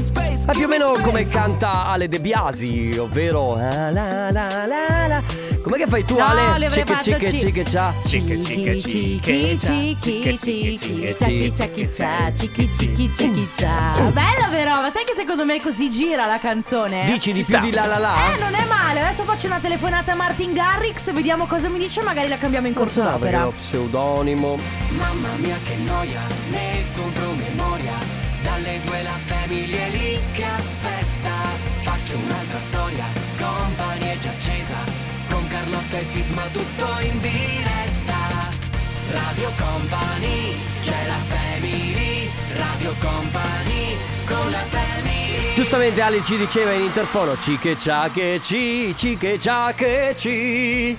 È più o meno come canta Ale De Biasi, ovvero. ah, La, la, la, la. Com'è che fai tu, No, Ale? le Cicche, avrei fatto cicche, ci- cicche, cia. Cicche, cicche, cicche, cia. Cicche, cicche, Ciacchi, cicche, cicche, ciacchi, cicche, cia, cicchi, cicche, cicchi, cicchi, cia. Bella però, ma sai che secondo me così gira la canzone? Dici di Ci più sta. di la la la? Eh, non è male. Adesso faccio una telefonata a Martin Garrix, vediamo cosa mi dice, magari la cambiamo in corso Ah, perché d'opera. ho pseudonimo. Mamma mia che noia, metto un promemoria, dalle due la famiglia è lì che aspetta. Faccio un'altra storia, compagnia è già accesa, con Carlotta e Sisma tutto in diretta. Radio Company, c'è la family, Radio Company, con la family. Giustamente Ale ci diceva in interfono Cicche, cia, che ci, cicche, cia, che ci.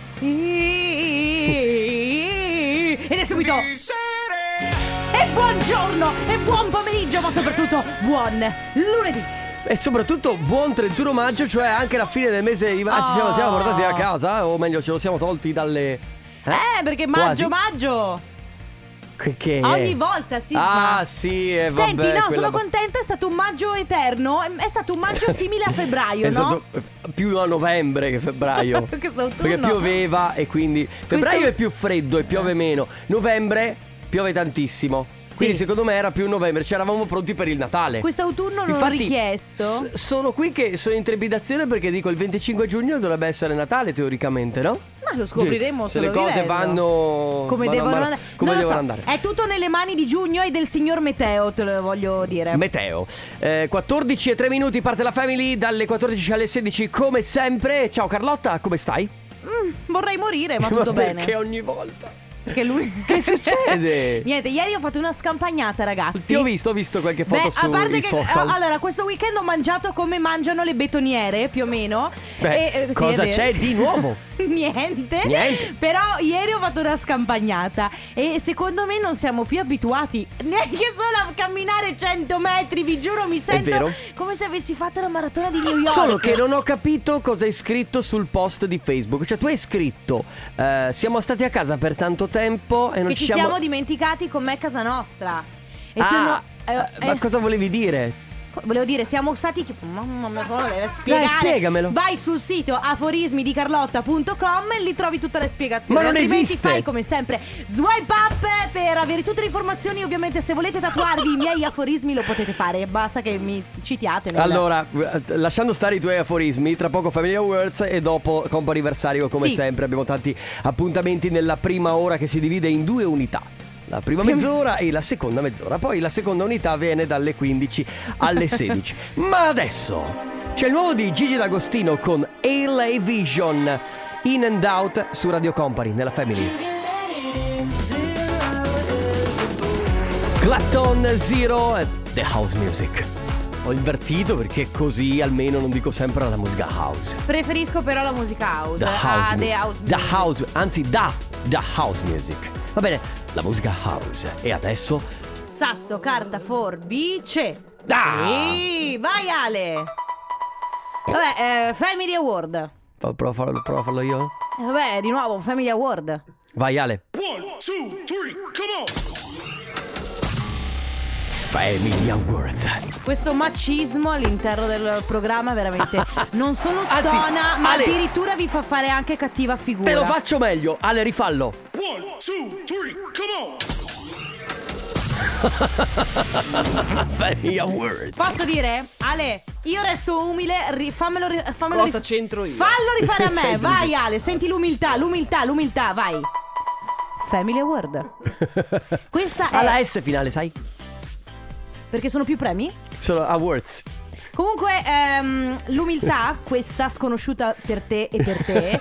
Ed è subito. E buongiorno, e buon pomeriggio, ma soprattutto buon lunedì. E soprattutto buon 31 maggio, cioè anche la fine del mese di maggio. Ci siamo, siamo Oh. portati a casa, o meglio, ce lo siamo tolti dalle. Eh, perché Quasi. maggio, maggio. Che- che è? Ogni volta si Ah, sì, eh, vabbè, Senti, no, quella- sono contenta, è stato un maggio eterno, è è stato un maggio simile a febbraio, È no? stato eh, più a novembre che febbraio. Questo autunno. Perché pioveva e quindi febbraio Questo- è più freddo e piove meno. Novembre piove tantissimo. Quindi Sì. secondo me era più novembre, ci eravamo pronti per il Natale. Quest'autunno non ho Infatti, richiesto. s- sono qui che sono in trepidazione perché dico il 25 giugno dovrebbe essere Natale teoricamente, no? Ma lo scopriremo se solo le cose vivendo. vanno come vanno a devono mar- andare. Come non lo devono so, andare. È tutto nelle mani di Giugno e del signor Meteo, te lo voglio dire. Meteo. Eh, 14 e 3 minuti parte la family dalle 14 alle 16 come sempre. Ciao Carlotta, come stai? Mm, vorrei morire, ma tutto perché bene. ogni volta. Perché lui- Che succede? Niente, ieri ho fatto una scampagnata, ragazzi. Ti ho visto, ho visto qualche foto Beh, a su parte i che social. eh, allora, questo weekend ho mangiato come mangiano le betoniere, più o meno. Beh, eh, sì, è cosa vero. c'è di nuovo? Niente. Niente. Però ieri ho fatto una scampagnata e secondo me non siamo più abituati neanche solo a camminare 100 metri, vi giuro, mi sento vero. come se avessi fatto la maratona di New York. Solo che non ho capito cosa hai scritto sul post di Facebook. Cioè, tu hai scritto: eh, Siamo stati a casa per tanto tempo e non che ci ci siamo... dimenticati com'è casa nostra. E Ah, sono eh, ma eh, cosa volevi dire? Volevo dire, siamo stati. chi- Mamma mia, cosa lo deve spiegare? spiegamelo. Vai sul sito aforismidicarlotta.com e lì trovi tutte le spiegazioni. Ma non Altrimenti esiste. fai come sempre swipe up per avere tutte le informazioni. Ovviamente, se volete tatuarvi i miei aforismi, lo potete fare. Basta che mi citiate. nel- Allora, eh, lasciando stare i tuoi aforismi, tra poco Family Awards e dopo comp'anniversario come Sì. sempre. Abbiamo tanti appuntamenti nella prima ora che si divide in due unità. La prima mezz'ora e la seconda mezz'ora. Poi la seconda unità viene dalle 15 alle 16. Ma adesso c'è il nuovo di Gigi D'Agostino con LA Vision In and Out su Radio Company nella Family. Clapton Zero e The House Music. Ho invertito perché così almeno non dico sempre la musica house. Preferisco però la musica house. The Ah, house. the house. The house, anzi da The House Music. Va bene, la musica house. E adesso Sasso, carta, forbice. Ah! Sì, vai Ale. Vabbè, eh, Family Award. Eh, Pro- provo a farlo, provo a farlo io. Vabbè, di nuovo, Family Award. Vai Ale. One, two, three, come on! Family Awards. Questo macismo all'interno del programma veramente non solo Anzi, stona, ma Ale- addirittura vi fa fare anche cattiva figura. Te lo faccio meglio. Ale rifallo. One, two, three, come on! Family Awards. Posso dire? Ale, io resto umile, ri- fammelo ri- fammelo Cosa ri- c'entro io? Fallo rifare a me, C'entro vai Ale, senti l'umiltà, l'umiltà, l'umiltà, vai. Family Award. Questa è Alla S finale, sai? perché sono più premi? Sono awards. Comunque, ehm, l'umiltà, questa sconosciuta per te e per te,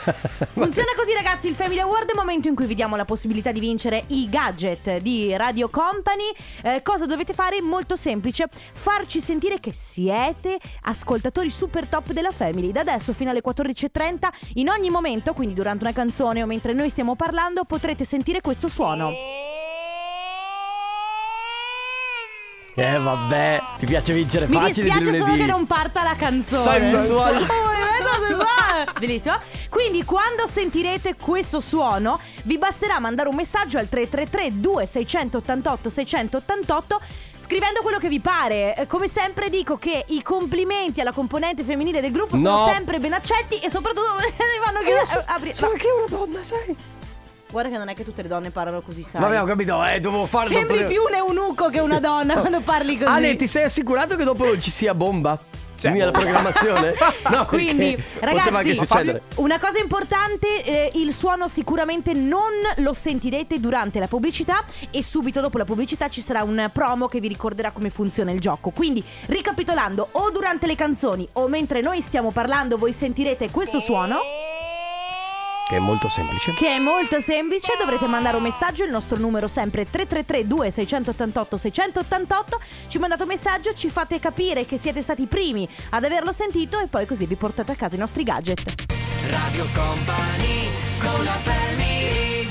funziona così, ragazzi. Il Family Award è il momento in cui vi diamo la possibilità di vincere i gadget di Radio Company. Eh, cosa dovete fare? Molto semplice: farci sentire che siete ascoltatori super top della Family. Da adesso fino alle 14.30, in ogni momento, quindi durante una canzone o mentre noi stiamo parlando, potrete sentire questo suono. Eh vabbè, ti piace vincere Mi facile dispiace di solo lunedì. che non parta la canzone. Sensuale. Oh, mi metto sensuale. Bellissimo. Quindi quando sentirete questo suono, vi basterà mandare un messaggio al 333 2688 688 scrivendo quello che vi pare. Eh, Come sempre dico che i complimenti alla componente femminile del gruppo No. sono sempre ben accetti e soprattutto mi fanno Eh, io chiudere. so- Ah, apri- sono anche una donna, sai? Guarda che non è che tutte le donne parlano così sai. Vabbè, ho capito, eh, dovevo farlo. Sembri più un eunuco che una donna quando parli così. Ale, ti sei assicurato che dopo non ci sia bomba? Quindi alla programmazione? No, perché Quindi, poteva anche ragazzi, succedere. una cosa importante, eh, il suono sicuramente non lo sentirete durante la pubblicità e subito dopo la pubblicità ci sarà un promo che vi ricorderà come funziona il gioco. Quindi, ricapitolando, o durante le canzoni o mentre noi stiamo parlando voi sentirete questo suono Che è molto semplice. che è molto semplice, dovrete mandare un messaggio, il nostro numero sempre 333 2688 688, ci mandate un messaggio, ci fate capire che siete stati i primi ad averlo sentito e poi così vi portate a casa i nostri gadget. Radio Company con la family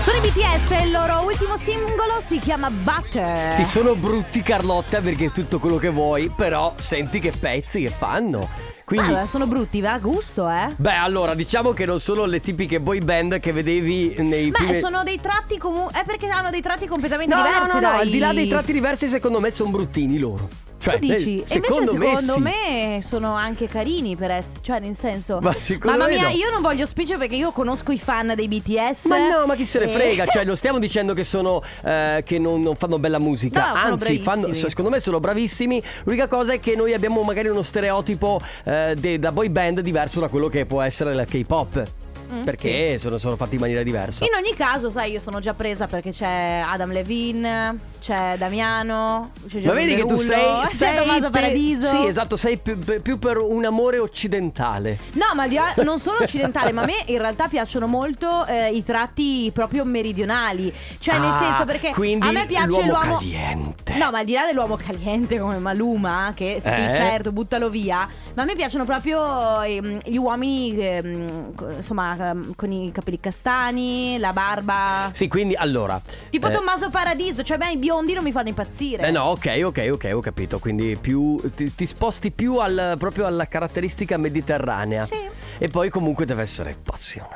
Sono i BTS e il loro ultimo singolo si chiama Butter. Sì, sono brutti Carlotta perché è tutto quello che vuoi, però senti che pezzi che fanno. Quindi Ah, sono brutti, va a gusto, eh. Beh, allora, diciamo che non sono le tipiche boy band che vedevi nei Beh, primi- sono dei tratti comunque. È perché hanno dei tratti completamente No, no, no, diversi no, dai. al di là dei tratti diversi, secondo me sono bruttini loro. Cioè, Tu dici? eh, e invece secondo sì. me sono anche carini per essere. Cioè, nel senso. Ma secondo Mamma me mia, no. io non voglio specie perché io conosco i fan dei BTS. Ma no, ma chi se ne e- frega? Cioè, non stiamo dicendo che sono. eh, che non, non fanno bella musica. No, sono Anzi, fanno- bravissimi. secondo me sono bravissimi. L'unica cosa è che noi abbiamo magari uno stereotipo eh, de- da boy band diverso da quello che può essere la K-pop. Mm, perché sono, sono fatti in maniera diversa. In ogni caso, sai, io sono già presa perché c'è Adam Levine, c'è Damiano, c'è Ma Gianni vedi che tu sei. Derulo, sei c'è Tommaso per- Paradiso. Sì, esatto, sei più, più per un amore occidentale. No, ma al di là- non solo occidentale, ma a me in realtà piacciono molto eh, i tratti proprio meridionali. Cioè, nel Ah, senso, perché quindi a me piace l'uomo. l'uomo caliente. No, ma al di là dell'uomo caliente come Maluma, che sì, Eh? certo, buttalo via. Ma a me piacciono proprio ehm, gli uomini, ehm, co- insomma, ehm, con i capelli castani, la barba. Sì, quindi allora. Tipo eh, Tommaso Paradiso, cioè, a me i biondi non mi fanno impazzire. Eh no, ok, ok, ok, ho capito. Quindi più ti, ti sposti più al, proprio alla caratteristica mediterranea. Sì. E poi comunque deve essere passionale.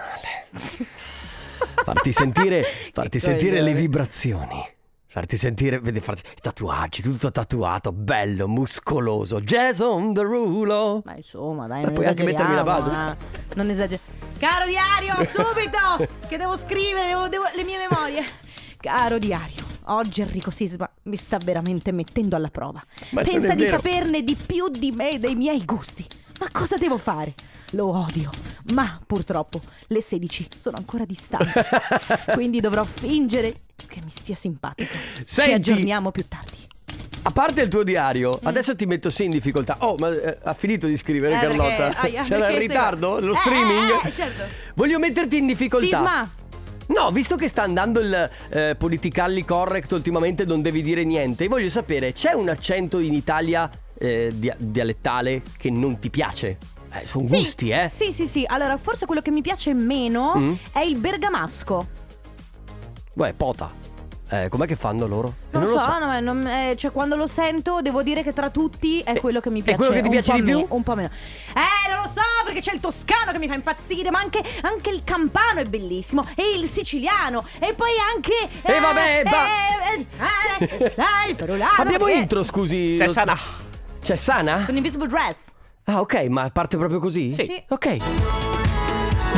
farti sentire, farti Che sentire le coglione. vibrazioni. Farti sentire, vedi, farti i tatuaggi, tutto tatuato, bello, muscoloso. Jason Derulo. Ma insomma, dai, Ma non puoi Eh, anche mettermi la esageriamo, base. eh. Non esagero. Caro diario, subito! che devo scrivere, devo- devo- le mie memorie. Caro diario, oggi Enrico Sisma mi sta veramente mettendo alla prova. Ma non Pensa è di vero. saperne di più di me e dei miei gusti. Ma cosa devo fare? Lo odio, ma purtroppo le 16 sono ancora distanti. quindi dovrò fingere che mi stia simpatico. Senti. Ci aggiorniamo più tardi. A parte il tuo diario, adesso ti metto sei in difficoltà. Oh, ma eh, ha finito di scrivere Mm. Eh, perché- Carlotta? aia, C'era il perché sei- ritardo? Lo Eh, streaming? eh, eh, certo. Voglio metterti in difficoltà. Sisma! No, visto che sta andando il eh, politically correct ultimamente non devi dire niente, voglio sapere, c'è un accento in Italia eh, dia- dialettale che non ti piace? Eh, sono Sì, gusti, eh? Sì, sì, sì. Allora, forse quello che mi piace meno Mm. è il bergamasco. Beh, pota. Eh, com'è che fanno loro? Eh, Non, lo so, no, non- eh, cioè quando lo sento devo dire che tra tutti è Eh, quello che mi è piace. quello che ti un piace po' di me- più? Un po' meno. Eh, non lo so, perché c'è il toscano che mi fa impazzire, ma anche, anche il campano è bellissimo, e il siciliano, e poi anche... E vabbè, va- eh, eh, eh, sai, il ferulano, Abbiamo che- intro, scusi. C'è lo- Sana. C'è Sana? Con Invisible Dress. Ah, ok, ma parte proprio così? Sì. Sì. Ok.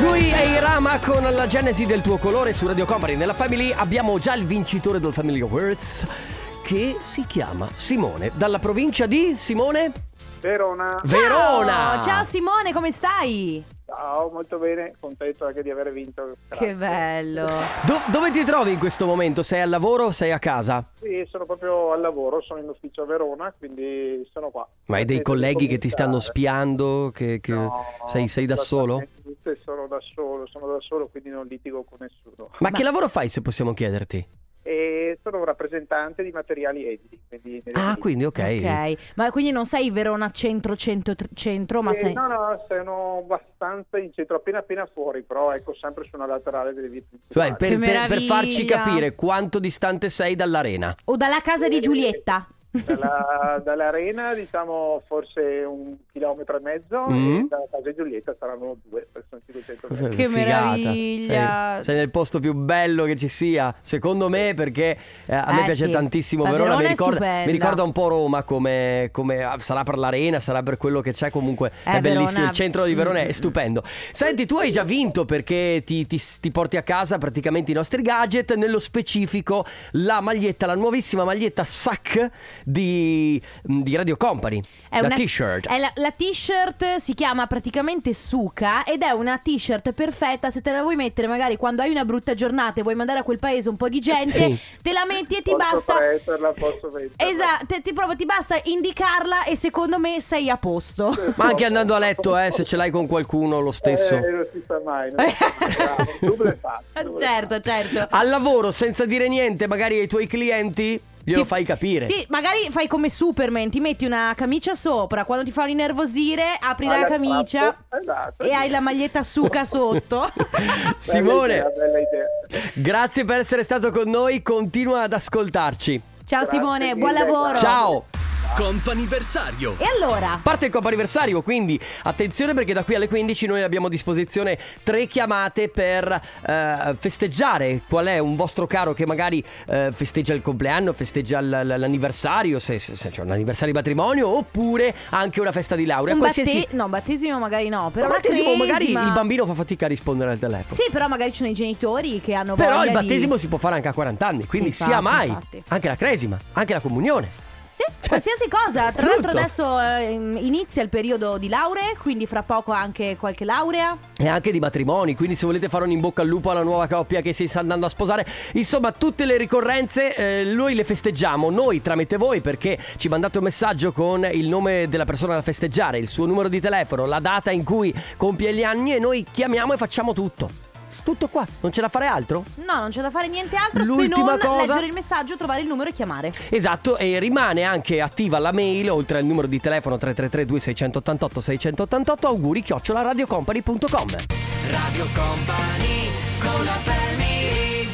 Lui è Irama con la genesi del tuo colore su Radio Company. Nella Family abbiamo già il vincitore del Family Awards che si chiama Simone, dalla provincia di Simone Verona, Verona. Ciao, ciao Simone, come stai? ciao, molto bene, contento anche di aver vinto. Grazie. Che bello. Do- dove ti trovi in questo momento? Sei al lavoro o sei a casa? Sì, sono proprio al lavoro, sono in ufficio a Verona, quindi sono qua. Ma hai dei Perché colleghi devo che ti stanno comunicare. spiando? Che, che- No, sei, sei da solo? assolutamente, Sono da solo, sono da solo, quindi non litigo con nessuno. Ma, che lavoro fai se possiamo chiederti? E sono un rappresentante di materiali edili. Quindi Ah, quindi ok. Ok, ma quindi non sei Verona centro, centro, tr- centro, ma Eh, sei... No, no, sono abbastanza in centro, appena appena fuori, però ecco sempre su una laterale delle vie Cioè, principali. per, Che per- per farci meraviglia. capire quanto distante sei dall'arena. Eh, O dalla casa di Giulietta. Dalla- dall'arena diciamo forse un chilometro e mezzo Mm. e da casa Giulietta saranno due, perché sono 500 metri. Che meraviglia. Sei, sei nel posto più bello che ci sia, secondo me, perché eh, a me Eh, piace sì. tantissimo La Verona. mi, Verona è ricorda, stupenda. mi ricorda un po' Roma, come, come- ah, sarà per l'arena, sarà per quello che c'è. Comunque Eh, è bellissimo. Verona- Il centro di Verona Mm. è stupendo. Senti, tu hai già vinto perché ti, ti- ti porti a casa praticamente i nostri gadget. Nello specifico, la maglietta, la nuovissima maglietta SAC di, mm, di Radio Company. la una- t-shirt. è la, la t-shirt si chiama praticamente Suka ed è una t-shirt perfetta se te la vuoi mettere magari quando hai una brutta giornata e vuoi mandare a quel paese un po' di gente, Sì. te la metti e ti Posso basta prenderla, posso venderla. Esatto, te- ti, proprio ti basta indicarla e secondo me sei a posto. Ma anche andando a letto, eh, se ce l'hai con qualcuno lo stesso. Eh, non si sa mai, non si sa mai. Bravo, il dubbio è fatto, il dubbio è fatto. certo, certo. al lavoro senza dire niente magari ai tuoi clienti glielo Ti- fai capire Sì, magari fai come Superman, ti metti una camicia sopra, quando ti fanno innervosire apri Alla la camicia strappo, esatto. e hai la maglietta suca sotto. Simone Bella idea, bella idea. grazie per essere stato con noi continua ad ascoltarci Ciao Simone, buon mille, lavoro. ciao Comp'anniversario E allora? parte il anniversario quindi attenzione perché da qui alle 15 noi abbiamo a disposizione tre chiamate per eh, festeggiare qual è un vostro caro che magari eh, festeggia il compleanno, festeggia l- l- l'anniversario, se, se- se c'è un anniversario di matrimonio oppure anche una festa di laurea. Un Qualsiasi... batte- no, battesimo magari no, però Un una battesimo magari cresima. il bambino fa fatica a rispondere al telefono. Sì, però magari ci sono i genitori che hanno Però voglia il di- battesimo si può fare anche a 40 anni, quindi Infatti, sia mai. infatti. Anche la cresima, anche la comunione. Sì, Cioè, qualsiasi cosa. Tra Tutto. l'altro adesso eh, inizia il periodo di lauree, quindi fra poco anche qualche laurea. E anche di matrimoni, quindi se volete fare un in bocca al lupo alla nuova coppia che si sta andando a sposare, insomma tutte le ricorrenze eh, noi le festeggiamo, noi tramite voi perché ci mandate un messaggio con il nome della persona da festeggiare, il suo numero di telefono, la data in cui compie gli anni e noi chiamiamo e facciamo tutto. Tutto qua, non ce la fare altro? No, non c'è da fare niente altro L'ultima se non cosa- leggere il messaggio, trovare il numero e chiamare. Esatto, e rimane anche attiva la mail oltre al numero di telefono 333 2688 688 auguri chiocciolaradiocompany.com Radio Company con la family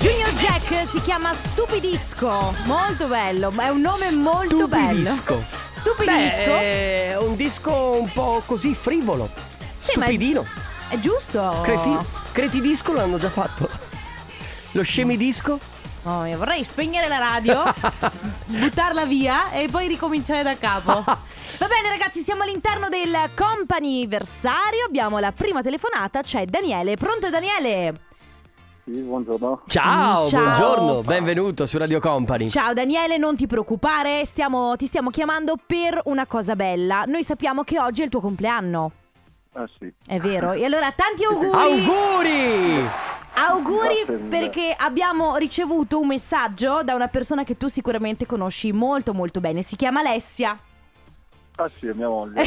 Junior Jack si chiama Stupidisco. Molto bello, ma è un nome molto bello. Stupidisco. Stupidisco. Beh, è Eh, un disco un po' così frivolo. Sì, ma è- Oh. stupidino. È giusto. Creti, cretidisco l'hanno già fatto. Lo scemidisco? Oh, io vorrei spegnere la radio, buttarla via e poi ricominciare da capo. Va bene ragazzi, siamo all'interno del companiversario, abbiamo la prima telefonata, c'è Daniele. Pronto Daniele? Sì, buongiorno. Ciao, ciao. buongiorno, benvenuto su Radio Company. Ciao Daniele, non ti preoccupare, stiamo- ti stiamo chiamando per una cosa bella. Noi sappiamo che oggi è il tuo compleanno, Ah, sì. è vero? E allora tanti auguri! Auguri! Auguri Grazie mille. perché abbiamo ricevuto un messaggio da una persona che tu sicuramente conosci molto molto bene, si chiama Alessia. Ah, sì, è mia moglie.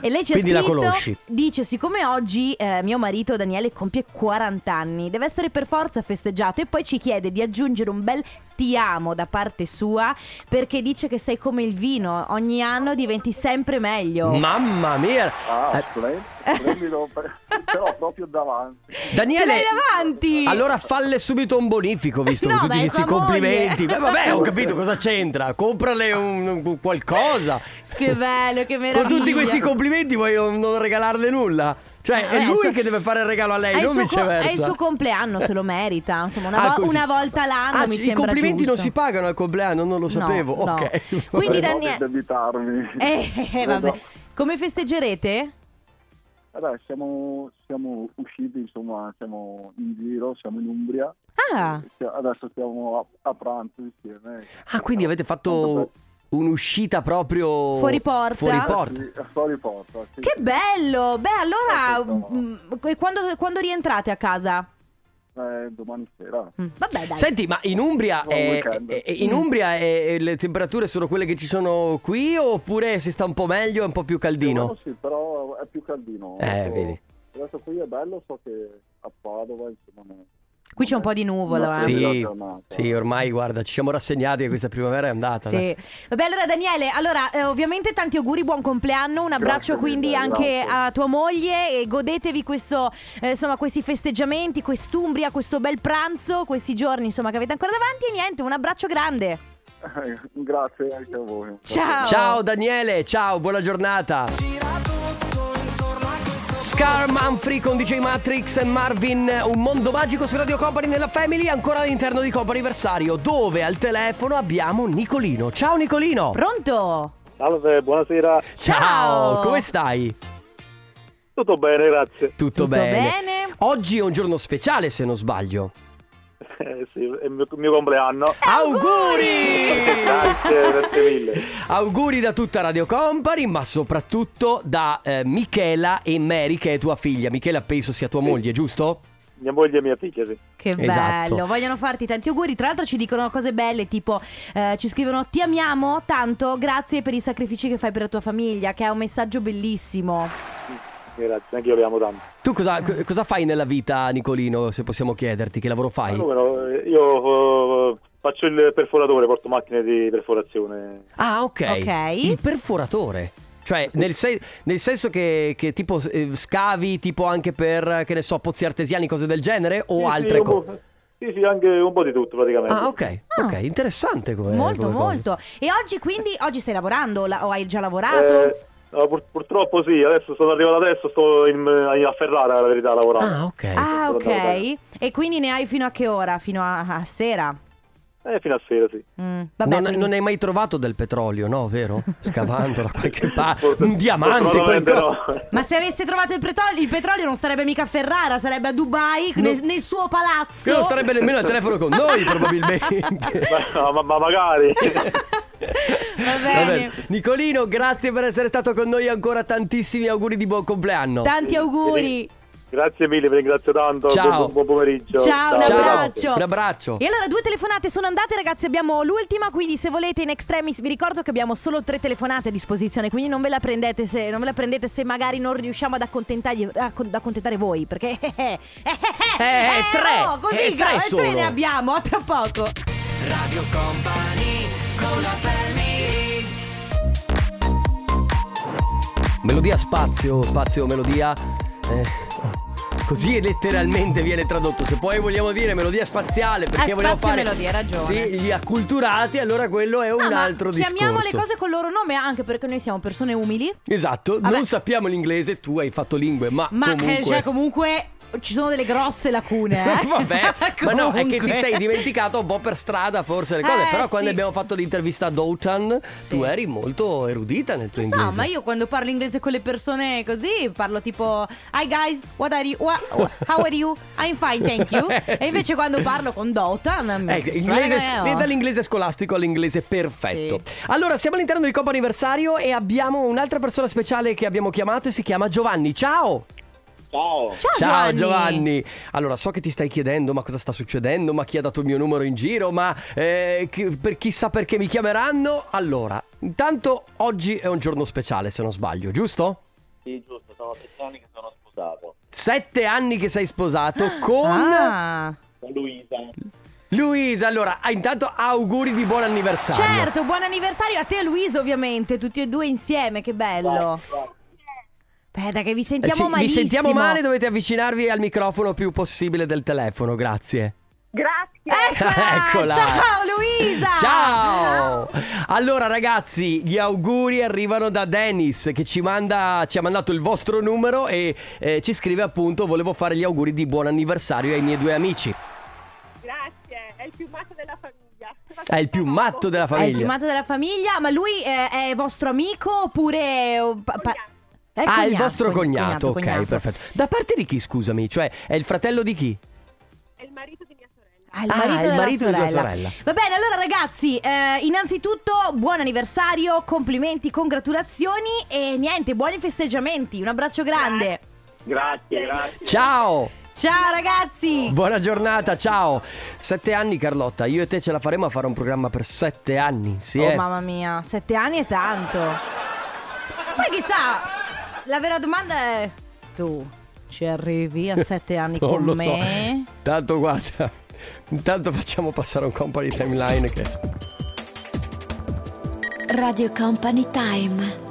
e lei ci ha Quindi la scritto, conosci. dice siccome oggi eh, mio marito Daniele compie 40 anni, deve essere per forza festeggiato e poi ci chiede di aggiungere un bel ti amo da parte sua perché dice che sei come il vino, ogni anno diventi sempre meglio. Mm. Mamma mia! Ah, Eh, splen- splendido, per- però proprio davanti. Ce Daniele, l'hai davanti! Allora falle subito un bonifico visto No, tutti beh, questi tua moglie. complimenti. Beh, vabbè, ho capito cosa c'entra. Comprale un, un qualcosa. Che bello, che meraviglia. Con tutti questi complimenti vuoi non regalarle nulla? Cioè, Eh, è lui so- che deve fare il regalo a lei, è il non suo co- viceversa. è il suo compleanno, se lo merita. Insomma, una, Ah, vo- così. una volta l'anno Ah, mi c- sembra I complimenti non giusto. si pagano al compleanno, non lo No, sapevo. no. Ok. Quindi, Spero Daniele- di debitarmi. Eh, eh, vabbè. No, Come festeggerete? Vabbè, Eh siamo, siamo usciti, insomma, siamo in giro, siamo in Umbria. Eh, Ah, Sì, Adesso stiamo a, a pranzo insieme. Ah, quindi avete fatto un'uscita proprio Fuori porta? Fuori porta. Ah, Sì, fuori porta. sì. che bello! Beh, allora, Esatto. mm, e quando, quando rientrate a casa? Eh, domani sera. Mm, Vabbè, dai. Mm. Senti, ma in Umbria, Buon eh, weekend. eh, in Umbria eh, eh, le temperature sono quelle che ci sono qui oppure si sta un po' meglio, è un po' più Ora caldino? Eh, Sì, però è più caldino. Eh, Adesso- vedi. Adesso qui è bello, so che a Padova, insomma, non- Qui c'è un po' di nuvola. eh. Sì, Bella giornata. sì, ormai guarda, ci siamo rassegnati che questa primavera è andata. dai. Sì. Vabbè, allora Daniele, allora eh, ovviamente tanti auguri, buon compleanno, un abbraccio Grazie quindi mille, anche grazie. a tua moglie e godetevi questo, eh, insomma, questi festeggiamenti, quest'Umbria, questo bel pranzo, questi giorni insomma che avete ancora davanti e niente, un abbraccio grande. Grazie anche a voi. Ciao. Ciao Daniele, ciao, buona giornata. Scar Manfree con DJ Matrix e Marvin, un mondo magico su Radio Company nella Family, ancora all'interno di Coppa Anniversario, dove al telefono abbiamo Nicolino. Ciao Nicolino! Pronto? Salve, buonasera. Ciao. come stai? Tutto bene, grazie. Tutto, Tutto bene. Oggi è un giorno speciale se non sbaglio. Eh, sì, è il mio, il mio compleanno. Auguri! Grazie, grazie mille. Auguri da tutta Radio Company, ma soprattutto da eh, Michela e Mary, che è tua figlia. Michela penso sia tua moglie, giusto? Mia moglie e mia figlia, sì. Che bello, Esatto. vogliono farti tanti auguri. Tra l'altro ci dicono cose belle, tipo eh, ci scrivono ti amiamo tanto, grazie per i sacrifici che fai per la tua famiglia, che è un messaggio bellissimo. Eh, Grazie, anche io vi amo tanto. Tu cosa, co- cosa fai nella vita, Nicolino, se possiamo chiederti? Che lavoro fai? Numero, eh, io eh, faccio il perforatore, porto macchine di perforazione. Ah, ok. Ok. Il perforatore. Cioè, nel, se- nel senso che, che tipo eh, scavi tipo anche per, che ne so, pozzi artesiani, cose del genere o Sì, sì, altre un po'- cose? Sì, sì, anche un po' di tutto praticamente. Eh, Ah, ok. Ah. Ok, interessante come molto come cosa. molto. E oggi quindi oggi stai lavorando la- o hai già Ah, lavorato? Eh, no, pur- purtroppo sì, adesso sono arrivato adesso, sto in, a Ferrara la verità a lavorare. Ah, ok. ah, sono ok. andato E quindi ne hai fino a che ora? Fino a, a sera. Ah. Eh, fino a sera sì. Mm, vabbè, non, quindi- non hai mai trovato del petrolio, no? Vero? Scavando da qualche parte. Forse- Un diamante, fortunatamente qualcosa. no. Ma se avesse trovato il petrolio, il petrolio non starebbe mica a Ferrara, sarebbe a Dubai, nel, nel suo palazzo. Che non starebbe nemmeno al telefono con noi, probabilmente. ma, ma- ma magari. Va Va bene. bene. Nicolino, grazie per essere stato con noi ancora tantissimi auguri di buon compleanno. Tanti auguri. Grazie mille, vi ringrazio tanto. Ciao. Buon, buon pomeriggio. Ciao, un Ciao. abbraccio. Un abbraccio. E allora due telefonate sono andate ragazzi, abbiamo l'ultima, quindi se volete in extremis vi ricordo che abbiamo solo tre telefonate a disposizione, quindi non ve la prendete se, non ve la prendete se magari non riusciamo ad accontentargli- ad accontentare voi, perché eh, eh, eh, eh, Eh, tre. no, così Eh, tre eh, solo. ne abbiamo, a tra poco. Radio Company con la family Melodia spazio, spazio melodia. Eh, così letteralmente viene tradotto. Se poi vogliamo dire melodia spaziale, perché Ah, vogliamo spazio fare melodia, hai ragione. Sì, gli acculturati, allora quello è No, un ma altro Chiamiamo discorso. le cose col loro nome anche perché noi siamo persone umili, Esatto, Vabbè. non sappiamo l'inglese, tu hai fatto lingue, ma, ma comunque... eh, cioè, comunque ci sono delle grosse lacune. Eh? Vabbè, ma no, è che ti Comunque. sei dimenticato un po' per strada forse le cose, Eh, però sì. quando abbiamo fatto l'intervista a Doughton tu eri molto erudita nel tuo Lo so, inglese. ma io quando parlo inglese con le persone così parlo tipo Hi guys, what are you? Wha- wha- how are you? I'm fine, thank you. Eh, E invece sì. quando parlo con Dotan Ecco, inglese, e dall'inglese scolastico all'inglese oh. Sì. perfetto. Allora, siamo all'interno di Coppa Anniversario e abbiamo un'altra persona speciale che abbiamo chiamato e si chiama Giovanni. Ciao! Ciao. Ciao, Ciao Giovanni. Giovanni. Allora, so che ti stai chiedendo ma cosa sta succedendo, ma chi ha dato il mio numero in giro, ma eh, chi- per chissà perché mi chiameranno. Allora, intanto oggi è un giorno speciale, se non sbaglio, giusto? Sì, giusto, sono sette anni che sono sposato. Sette anni che sei sposato con Ah, Con Luisa. Luisa. Allora, ah, intanto auguri di buon anniversario. certo, buon anniversario a te e a Luisa ovviamente, tutti e due insieme, che bello. Aspetta che vi Eh sì, sentiamo vi malissimo. sentiamo male, dovete avvicinarvi al microfono più possibile del telefono, grazie. Eccola! Eccola. Ciao Luisa! Ciao! Allora ragazzi, gli auguri arrivano da Dennis che ci, manda, ci ha mandato il vostro numero e eh, ci scrive appunto volevo fare gli auguri di buon anniversario ai miei due amici. Grazie, è il più matto della famiglia. È il più matto della È il famiglia. primato della famiglia, ma lui eh, è, vostro amico oppure... eh, o pa- pa- È ah, il cognato, vostro cogn- cognato, ok, cognato. perfetto. Da parte di chi, scusami? Cioè, è il fratello di chi? È il marito di mia sorella. Ah, il Ah, marito, il della marito di sorella. tua sorella. Va bene, allora ragazzi, eh, innanzitutto buon anniversario, complimenti, congratulazioni e niente, buoni festeggiamenti. Un abbraccio grande. Grazie, grazie. Ciao! Ciao ragazzi! Buona giornata, ciao! Sette anni Carlotta, io e te ce la faremo a fare un programma per sette anni, sì Oh eh? mamma mia, sette anni è tanto. Poi chissà, la vera domanda è tu. Ci arrivi a sette anni Non con lo so. me? Tanto guarda, intanto facciamo passare un company timeline che... Radio Company Time.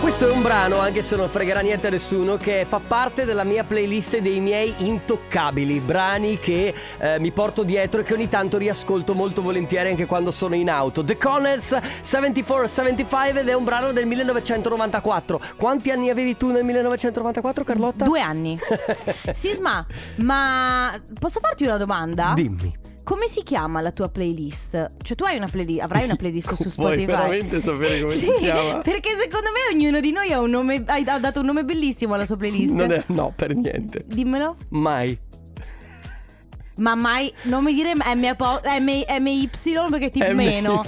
Questo è un brano, anche se non fregherà niente a nessuno, che fa parte della mia playlist dei miei intoccabili, brani che eh, mi porto dietro e che ogni tanto riascolto molto volentieri anche quando sono in auto. The Connells 7475 ed è un brano del 1994. Quanti anni avevi tu nel 1994, Carlotta? Due anni. Sisma, ma posso farti una domanda? Dimmi. Come si chiama la tua playlist? Cioè, tu hai una playlist, avrai una playlist su Spotify. Vuoi veramente sapere come sì, si chiama? Perché secondo me ognuno di noi ha, un nome, ha ha dato un nome bellissimo alla sua playlist. Non è, no, per niente. Dimmelo. Mai. Ma mai non mi dire M- po- M- MY perché ti meno.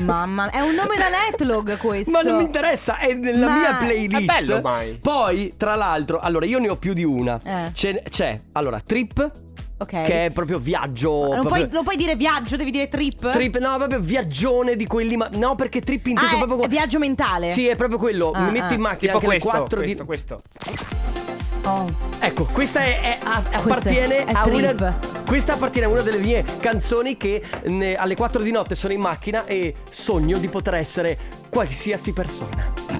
Mamma mia, è un nome da netlog questo. Ma non mi interessa, è nella Ma- mia playlist. È bello, mai. Poi, tra l'altro, allora io ne ho più di una. Eh. C'è, c'è, allora, Trip, Ok. che è proprio viaggio. non, proprio- puoi, non puoi dire viaggio, devi dire trip. Trip, no, proprio viaggione di quelli. Ma, no, perché Trip Ah, inteso è- proprio. è viaggio mentale. Sì, è proprio quello. Ah, Mi metto ah. in macchina Tipo anche alle questo, 4 questo, di. questo. Oh. Ecco, questa è, è- a- appartiene è a una. Trip. Questa appartiene a una delle mie canzoni che ne- alle 4 di notte sono in macchina e sogno di poter essere qualsiasi persona.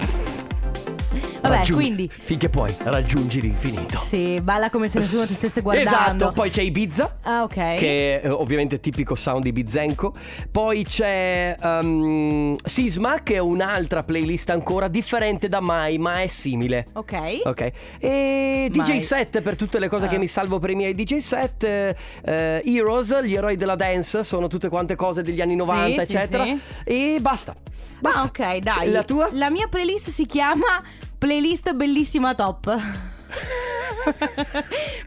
Vabbè, Raggiung- quindi. Finché poi raggiungi l'infinito. Sì, balla come se nessuno ti stesse guardando. Esatto, poi c'è Ibiza. Ah, ok. Che è eh, ovviamente tipico sound di Bizenko. Poi c'è ehm, Sisma, che è un'altra playlist ancora differente da Mai, ma è simile. Ok. Ah, Ok. E DJ Mai. set per tutte le cose Ah. che mi salvo per i miei DJ set. eh, eh, Heroes, gli eroi della dance, sono tutte quante cose degli anni 90, sì, eccetera. sì. E basta. basta. Ah, ok, dai. La tua? La mia playlist si chiama Playlist Bellissima Top.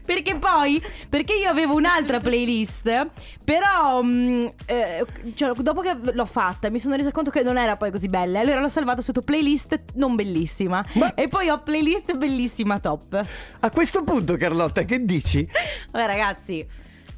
perché poi? Perché io avevo un'altra playlist, però mh, eh, cioè, dopo che l'ho fatta mi sono resa conto che non era poi così bella, allora l'ho salvata sotto playlist non bellissima Ma- e poi ho playlist bellissima top. A questo punto, Carlotta, che dici? Vabbè ragazzi,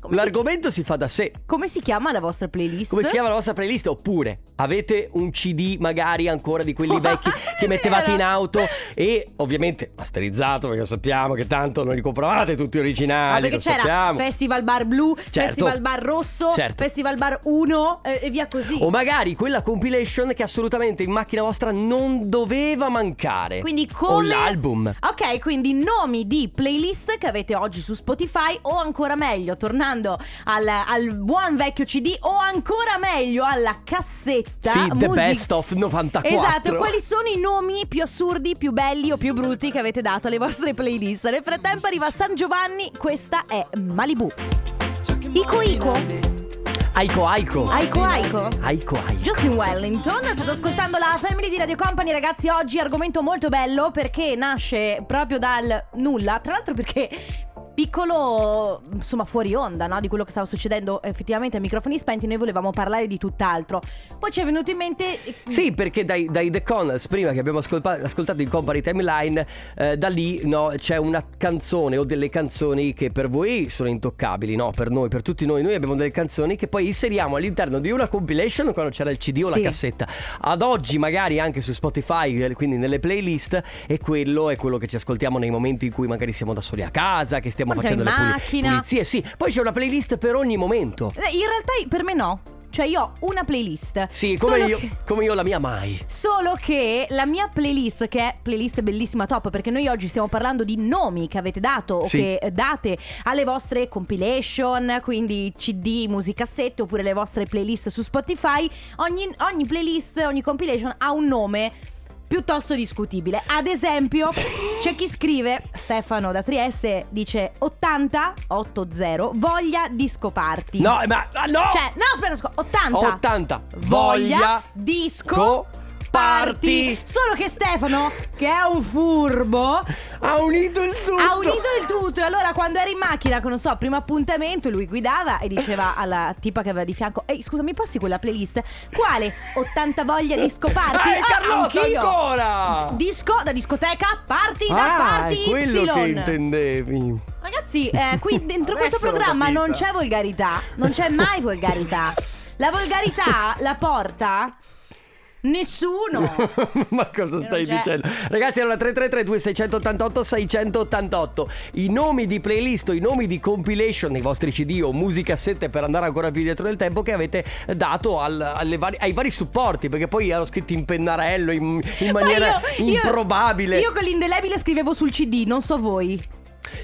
come, si, L'argomento si fa da sé. come si chiama la vostra playlist? Come si chiama la vostra playlist? Oppure avete un CD magari ancora di quelli vecchi che È mettevate vero. in auto e ovviamente masterizzato perché sappiamo che tanto non li compravate tutti Ah, originali, perché lo c'era sappiamo. Festival Bar Blu, Certo. Festival Bar Rosso, Certo. Festival Bar 1 eh, e via così. o magari quella compilation che assolutamente in macchina vostra non doveva mancare. Quindi O come l'album. Ok, quindi nomi di playlist che avete oggi su Spotify o ancora meglio, tornando al, al buon vecchio CD o ancora meglio alla cassetta Sì, The music- Best of 94. Esatto, quali sono i nomi più assurdi, più belli o più brutti che avete dato alle vostre playlist? Nel frattempo arriva San Giovanni, questa è Malibu. Ico Ico, Aiko Aiko. Aiko Aiko. Aiko Aiko. Justin Wellington, state ascoltando la Family di Radio Company ragazzi, oggi argomento molto bello perché nasce proprio dal nulla, tra l'altro perché piccolo insomma fuori onda no? di quello che stava succedendo effettivamente a microfoni spenti, noi volevamo parlare di tutt'altro, poi ci è venuto in mente... Sì, perché dai, dai The Connells, prima che abbiamo ascolpa- ascoltato in Company Timeline, eh, da lì no, c'è una canzone o delle canzoni che per voi sono intoccabili, no? Per noi, per tutti noi, noi abbiamo delle canzoni che poi inseriamo all'interno di una compilation quando c'era il CD o Sì. la cassetta. Ad oggi magari anche su Spotify, eh, quindi nelle playlist, e quello è quello che ci ascoltiamo nei momenti in cui magari siamo da soli a casa, che stiamo Quando siamo facendo in le puli- macchina. pulizie, sì. Poi c'è una playlist per ogni momento. Eh, In realtà per me no, cioè io ho una playlist. Sì, come solo io, che- come io la mia mai. Solo che la mia playlist, che è playlist bellissima top, perché noi oggi stiamo parlando di nomi che avete dato o Sì. che eh, date alle vostre compilation, quindi CD, musicassette oppure le vostre playlist su Spotify, ogni, ogni playlist, ogni compilation ha un nome piuttosto discutibile. Ad esempio, c'è chi scrive, Stefano da Trieste dice 80 80 voglia di scoparti. No, ma ma no! Cioè, no, aspetta, scusa, 80. 80. Voglia, Voglia, disco, co- party. party. Solo che Stefano, che è un furbo, Ha unito il tutto! ha unito il tutto. E allora, quando era in macchina, con non so, primo appuntamento, lui guidava e diceva alla tipa che aveva di fianco: Ehi, scusa, mi passi quella playlist? Quale? 80 voglia di scoparti? Eh, Ah, Carlotta, anch'io. ancora! Disco da discoteca, party da Ah, party è quello Y. che intendevi. Ragazzi, eh, qui dentro Adesso questo l'ho programma capita. non c'è volgarità, non c'è mai volgarità. La volgarità la porta Nessuno. Ma cosa stai c'è. dicendo? Ragazzi, allora 333 2688 688 i nomi di playlist, o i nomi di compilation nei vostri CD o musicassette per andare ancora più dietro nel tempo che avete dato al- alle vari- ai vari supporti, perché poi ero scritto in pennarello in, in Ma maniera io- io- improbabile. Io con l'indelebile scrivevo sul CD, non so voi.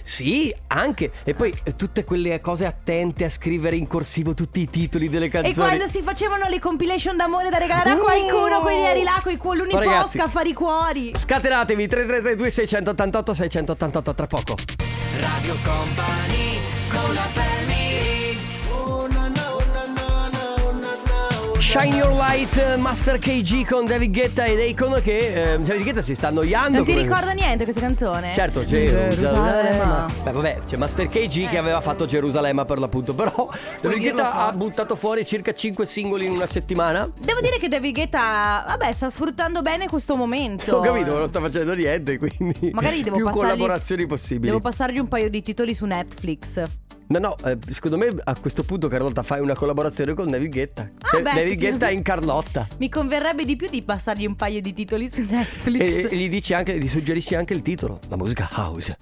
Sì, anche. E poi eh, tutte quelle cose attente a scrivere in corsivo tutti i titoli delle canzoni. E quando si facevano le compilation d'amore da regalare a Uh! qualcuno, quelli eri là con i cuori, Ma ragazzi- l'uniposca a fare i cuori. Scatenatevi 3332 688 688 tra poco. Radio Company con la family Shine Your Light, eh, Master KG con David Guetta ed Akon che eh, David Guetta si sta annoiando. Non ti come- ricorda niente questa canzone? Certo, Gerusalemme. Beh, vabbè, c'è Master KG che aveva fatto Gerusalemme per l'appunto, però David dirlo Guetta fa. ha buttato fuori circa 5 singoli in una settimana. Devo dire che David Guetta, vabbè, sta sfruttando bene questo momento. Ho capito, ma non sta facendo niente, quindi Magari devo più passargli- collaborazioni possibili. Devo passargli un paio di titoli su Netflix. Ah, No, no, eh, secondo me a questo punto Carlotta fai una collaborazione con David Guetta. Eh, Ah, David beh, Guetta effettivamente. in Carlotta. Mi converrebbe di più di passargli un paio di titoli su E, Netflix. e gli dici anche, gli suggerisci anche il titolo, la musica house.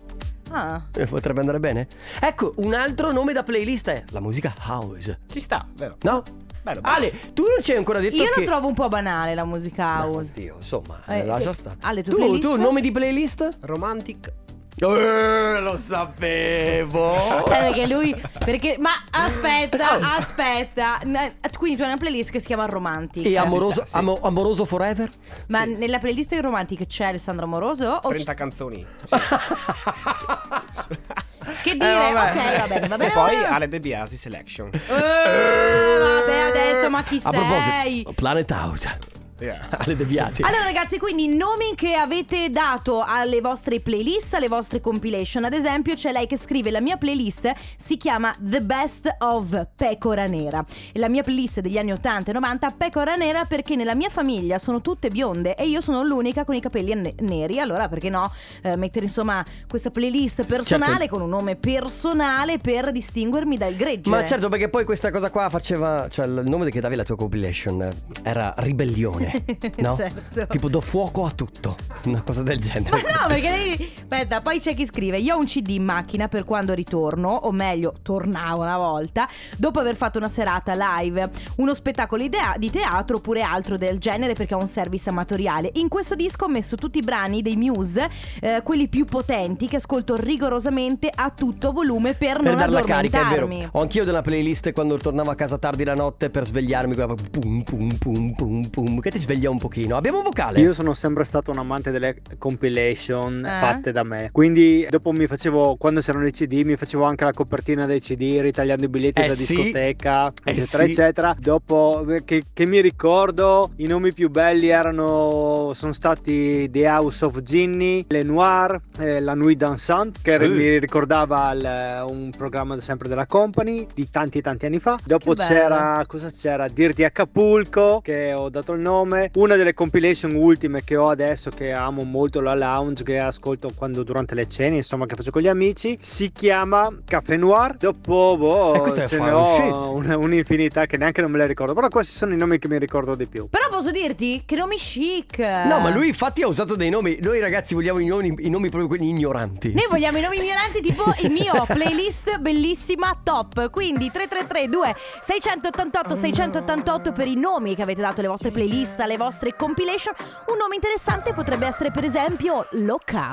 Ah. Eh, Potrebbe andare bene. Ecco, un altro nome da playlist è la musica house. Ci sta, vero? No? Bello, bello. Ale, tu non ci hai ancora detto Io che... la trovo un po' banale la musica Ma house. Oddio, insomma, Eh, lascia eh, stare. Ale, tu tu, playlist? tu, nome di playlist? Romantic. Eh, lo sapevo. Eh, perché lui. Perché. Ma aspetta, aspetta. N- Quindi tu hai una playlist che si chiama Romantic. E amoroso, sta, sì. amo- amoroso forever? Ma nella playlist di Romantic c'è Alessandro Amoroso? O 30 canzoni. Eh, c- Che Eh, dire? vabbè. ok, va bene, va bene. E va poi bene. Ale De Biasi Selection. Eh, vabbè, adesso, ma chi A sei? proposito, Planet House. Yeah. Ale De Biasi. Allora ragazzi, quindi nomi che avete dato alle vostre playlist, alle vostre compilation. Ad esempio c'è lei che scrive la mia playlist si chiama The Best of Pecora Nera. E la mia playlist degli anni 80 e 90 Pecora Nera perché nella mia famiglia sono tutte bionde e io sono l'unica con i capelli ne- neri. Allora perché no eh, mettere insomma questa playlist personale Certo. con un nome personale per distinguermi dal greggio. Ma certo, perché poi questa cosa qua faceva. Cioè, il nome che davi alla tua compilation eh, era ribellione. No? Certo. Tipo do fuoco a tutto. Una cosa del genere. Ma no, perché lei... Aspetta, poi c'è chi scrive: Io ho un CD in macchina per quando ritorno, o meglio, tornavo una volta, dopo aver fatto una serata live, uno spettacolo idea- di teatro oppure altro del genere perché ho un service amatoriale. In questo disco ho messo tutti i brani dei Muse, eh, quelli più potenti, che ascolto rigorosamente a tutto volume per, Per non dar la carica, è addormentarmi. vero. Ho anch'io della playlist quando tornavo a casa tardi la notte per svegliarmi. Quella pum pum pum pum pum. Che ti sveglia un pochino. Abbiamo un vocale. Io sono sempre stato un amante delle compilation Eh? fatte da me. Quindi dopo mi facevo, quando c'erano i CD, mi facevo anche la copertina dei CD, ritagliando i biglietti Eh da sì. discoteca, Eh eccetera, sì. eccetera. Dopo eh, che, che mi ricordo, i nomi più belli erano, sono stati The House of Ginny, Le Noir, eh, La Nuit Dansante, che Uh. mi ricordava il- un programma sempre della Company di tanti tanti anni fa. Dopo Che c'era bello. Ah, cosa c'era? Dirti Acapulco, che ho dato il nome. Una delle compilation ultime che ho adesso, che amo molto, la lounge, che ascolto quando durante le cene, insomma, che faccio con gli amici, si chiama Café Noir. Dopo, Eh, boh, questo è ce ne francese. ho una- un'infinità che neanche non me le ricordo. Però questi sono i nomi che mi ricordo di più. Però posso dirti che nomi chic. No, ma lui infatti ha usato dei nomi. Noi ragazzi vogliamo i nomi, i nomi proprio quelli ignoranti. Noi vogliamo i nomi ignoranti tipo il mio playlist bellissima top. Quindi 3332 688 688 per i nomi che avete dato alle vostre playlist, alle vostre compilation. Un nome interessante potrebbe essere per esempio Loca.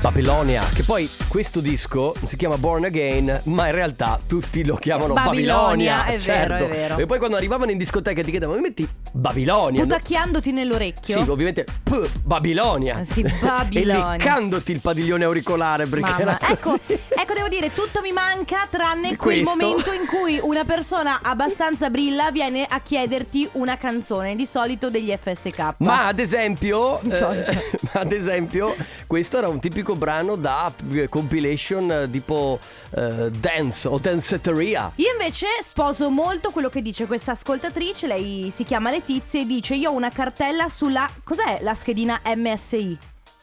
Babilonia. Che poi questo disco si chiama Born Again, ma in realtà tutti lo chiamano Babilonia. Babilonia, è certo. vero, è vero. E poi quando arrivavano in discoteca ti chiedevano, mi metti Babilonia? No. Sputacchiandoti Sì, nell'orecchio. ovviamente P, Babilonia. Eh sì, Babilonia. e leccandoti il padiglione auricolare perché era Mamma, ecco, così. ecco, devo dire, tutto mi manca tranne quel Questo. momento in cui una persona abbastanza brilla viene a chiederti una canzone, di solito degli FSK. Ma ad esempio, eh, Sorry. ma ad esempio, questo era un tipico brano da eh, compilation eh, tipo eh, dance o danceteria. Io invece sposo molto quello che dice questa ascoltatrice, lei si chiama Letizia e dice io ho una cartella sulla... cos'è la schedina MSI?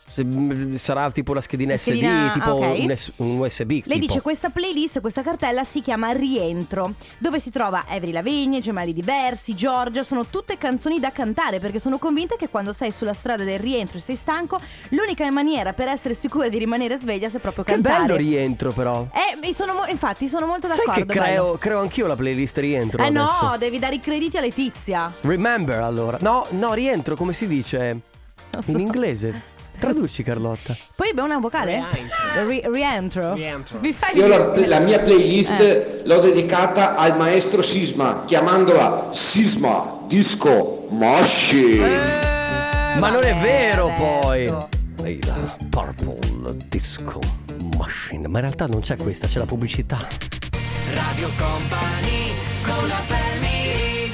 Se- mh, sarà tipo una schedina, Una schedina- SD, tipo ok. un, S- un USB. Lei tipo. dice questa playlist, questa cartella si chiama Rientro, dove si trova Avril Lavigne, Gemelli Diversi, Giorgia, sono tutte canzoni da cantare perché sono convinta che quando sei sulla strada del rientro e sei stanco, l'unica maniera per essere sicura di rimanere sveglia è proprio Che cantare. bello rientro però. eh, mi sono mo- infatti sono molto Sai d'accordo. che bello. creo, creo anch'io la playlist rientro Eh adesso. no, devi dare i crediti a Letizia. Remember allora. No, no, rientro come si dice Non so. in inglese. Traduci Carlotta. Poi abbiamo una vocale? Ri- rientro. Vi fai Io la, la mia playlist l'ho dedicata al maestro Sisma, chiamandola Sisma Disco Moshi. Eh. Ma non è vabbè, vero adesso. poi. Il Purple Disco Machine. Ma in realtà non c'è questa, c'è la pubblicità. Radio Company con la family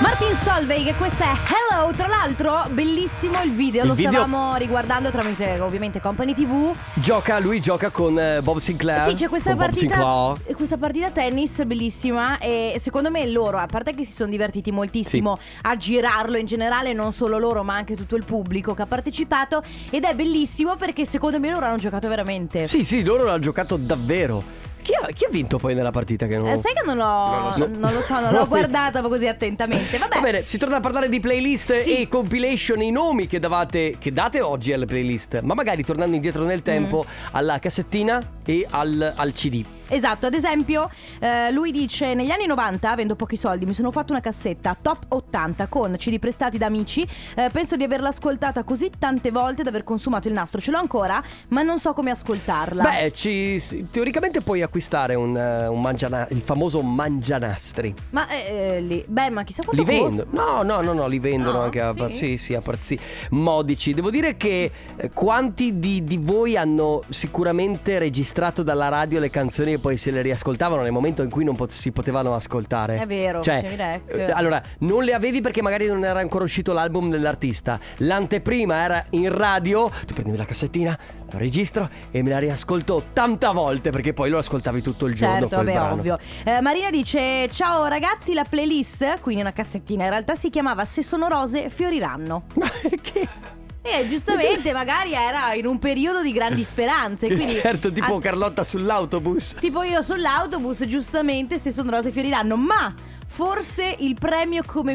Martin Solveig, questa è Hello, tra l'altro bellissimo il video, Il lo video- stavamo riguardando tramite ovviamente Company TV. Gioca, lui gioca con eh, Bob Sinclair. Sì, c'è questa con Bob partita, Sinclair. questa partita tennis bellissima e secondo me loro, a parte che si sono divertiti moltissimo a girarlo in generale, non solo loro ma anche tutto il pubblico che ha partecipato ed è bellissimo perché secondo me loro hanno giocato veramente. Sì, sì, loro l'hanno giocato davvero. Chi ha, chi ha vinto poi nella partita che non... Eh, sai che non, l'ho- Non lo so. non lo so, non Non ho l'ho visto. guardata così attentamente. Vabbè, Va bene, si torna a parlare di playlist Sì. e compilation, i nomi che, davate, che date oggi alle playlist, ma magari tornando indietro Mm. nel tempo alla cassettina e al, al CD. Esatto, ad esempio, eh, lui dice: Negli anni 90, avendo pochi soldi, mi sono fatto una cassetta top 80 con CD prestati da amici. Eh, penso di averla ascoltata così tante volte da aver consumato il nastro. Ce l'ho ancora, ma non so come ascoltarla. Beh, ci- si- teoricamente puoi acquistare un, eh, un mangiana- il famoso mangianastri. Ma eh, eh, lì- beh, ma chissà quanto Li costa. vendono? No, no, no, no, li vendono Ah, anche a, sì? sì, sì, a prezzi modici. Devo dire che eh, quanti di, di voi hanno sicuramente registrato dalla radio le canzoni e poi se le riascoltavano nel momento in cui non pot- si potevano ascoltare? È vero, Cioè, facevi rec. eh, allora, non le avevi perché magari non era ancora uscito l'album dell'artista. L'anteprima era in radio, tu prendevi la cassettina, la registro e me la riascolto 80 volte perché poi lo ascoltavi tutto il giorno. Certo, quel vabbè, brano. ovvio. Eh, Marina dice: Ciao ragazzi, la playlist, quindi una cassettina, in realtà si chiamava Se sono rose, fioriranno. Ma perché? E giustamente, magari era in un periodo di grandi speranze. Cioè, Quindi certo, tipo a- Carlotta sull'autobus. Tipo io sull'autobus, giustamente, se sono rose fioriranno, ma forse il premio come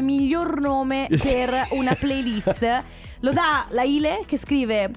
miglior nome per una playlist lo dà la Ile che scrive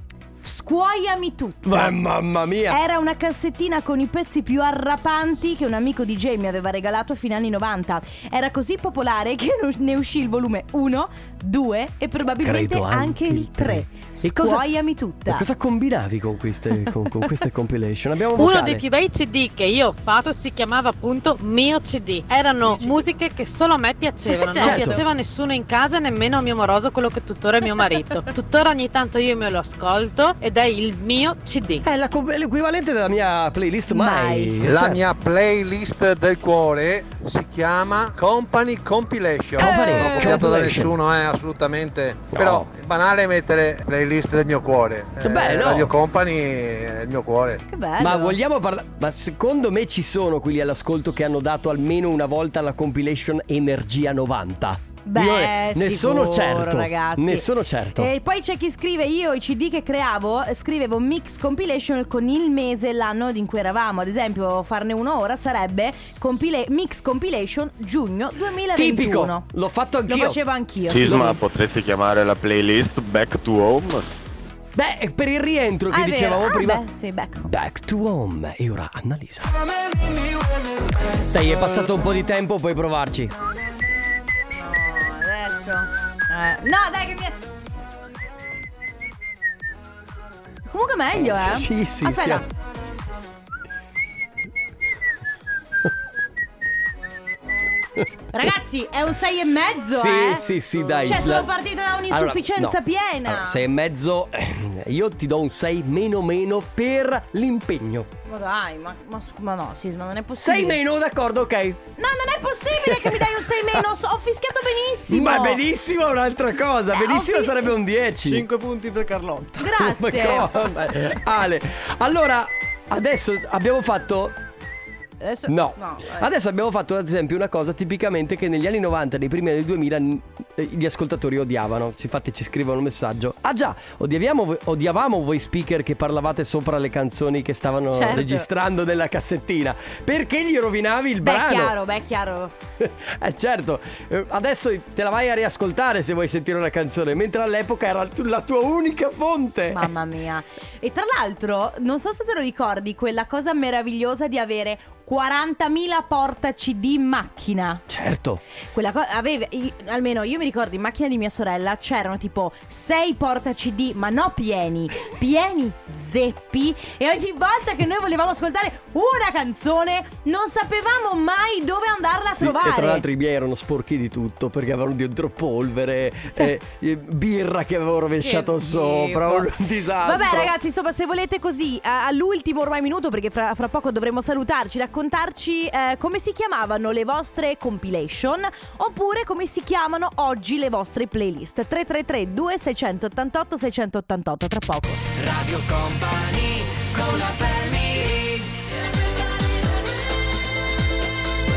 Scuoiami tutto. Ma mamma mia! Era una cassettina con i pezzi più arrapanti che un amico DJ mi aveva regalato a fine anni 90. Era così popolare che ne uscì il volume 1, 2 e probabilmente Credo anche il 3. E cosa- Eh, Scuoiami tutta. E cosa combinavi con queste, con, con queste compilation? Abbiamo Uno vocale. dei più bei CD che io ho fatto si chiamava appunto Mio CD. Erano musiche che solo a me piacevano, Certo. non piaceva a nessuno in casa, nemmeno a mio moroso, quello che tuttora è mio marito. tuttora ogni tanto io me lo ascolto ed è il mio CD. È Eh, la co- è l'equivalente della mia playlist mai. Mai. Cioè, playlist del cuore si chiama Company Compilation. non faremo Eh. compilation. eh, assolutamente. No. Però è banale mettere playlist del mio cuore. Che Eh, bello. Radio Company è il mio cuore. Che bello. Ma vogliamo parlare? Ma secondo me ci sono quelli all'ascolto che hanno dato almeno una volta alla compilation Energia 90. Beh, Io ne, ne sono sicuro, certo. ragazzi. Ne sono certo. E poi c'è chi scrive io i CD che creavo, eh, scrivevo mix compilation con il mese e l'anno in cui eravamo, ad esempio farne uno ora sarebbe compila- mix compilation giugno 2021. Tipico. L'ho fatto Lo anch'io. facevo anch'io. sì, Sisma, sì. potresti chiamare la playlist Back to Home? Beh, per il rientro che Ah, è vero. dicevamo Ah, prima. beh, sì, ecco. Back to home. E ora Annalisa. Dai, è passato un po' di tempo, puoi provarci. Eh? No, adesso. Eh, No, dai che mi Comunque meglio, eh? Sì, sì, Aspetta. stia- Ragazzi, è un 6 e mezzo, sì, eh? sì, sì, dai. Cioè, sono La- partita da Allora, un'insufficienza no. piena. Allora, sei e mezzo, eh, io ti do un 6 meno meno per l'impegno. Ma dai, ma, ma scu- ma no, Sisma, non è possibile. 6 meno, d'accordo, ok. No, non è possibile che mi dai un 6 meno. so- Ho fischiato benissimo. Ma benissimo è un'altra cosa, Eh, benissimo ho fi- sarebbe un 10. 5 punti per Carlotta. Ma Grazie. come? Ale, allora, adesso abbiamo fatto Adesso... No. eh. Adesso abbiamo fatto ad esempio una cosa tipicamente che negli anni 90, nei primi anni 2000, n- eh, gli ascoltatori odiavano. Ci- Infatti ci scrivono un messaggio. Ah già, odiaviamo voi- odiavamo voi speaker che parlavate sopra le canzoni che stavano Certo. registrando nella cassettina. Perché gli rovinavi il Beh, è brano? chiaro, beh, è chiaro. eh certo, Eh, adesso te la vai a riascoltare se vuoi sentire una canzone, mentre all'epoca era tu- la tua unica fonte. Eh, Mamma mia. E tra l'altro, non so se te lo ricordi, quella cosa meravigliosa di avere 40.000 porta CD in macchina. Certo. Quella co- aveva, i- almeno io mi ricordo in macchina di mia sorella c'erano tipo 6 porta CD, ma no pieni, pieni zeppi. E ogni volta che noi volevamo ascoltare una canzone, non sapevamo mai dove andarla a Sì, trovare. e tra l'altro i miei erano sporchi di tutto perché avevano dentro polvere, eh, eh, birra che avevo rovesciato Che sopra, un schifo. disastro. Vabbè ragazzi, insomma, se volete così, a- all'ultimo ormai minuto, perché fra, fra poco dovremo salutarci, raccontarci eh, come si chiamavano le vostre compilation oppure come si chiamano oggi le vostre playlist. 333 2688 688 tra poco. Radio Company con la family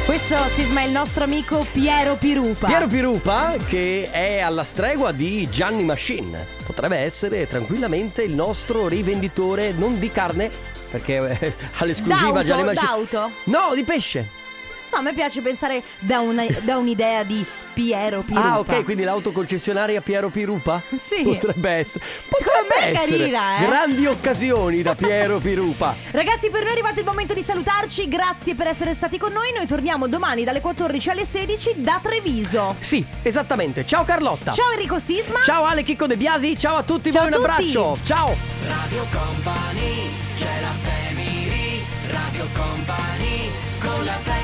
Questo sisma è il nostro amico Piero Pirupa. Piero Pirupa che è alla stregua di Gianni Machine. Potrebbe essere tranquillamente il nostro rivenditore non di carne, perché eh, ha l'esclusiva D'auto, Gianni Machine. d'auto. No, di pesce. No, a me piace pensare da, una- da un'idea di Piero Pirupa. Ah, ok, quindi l'autoconcessionaria Piero Pirupa? Sì. Potrebbe essere. Secondo Potrebbe me è essere. carina, eh. Grandi occasioni da Piero Pirupa. Ragazzi, per noi è arrivato il momento di salutarci. Grazie per essere stati con noi. Noi torniamo domani dalle 14 alle 16 da Treviso. Sì, esattamente. Ciao Carlotta. Ciao Enrico Sisma. Ciao Ale Chicco De Biasi, ciao a tutti Ciao voi, a un tutti. abbraccio. Ciao. Radio Company c'è la family Radio Company con la family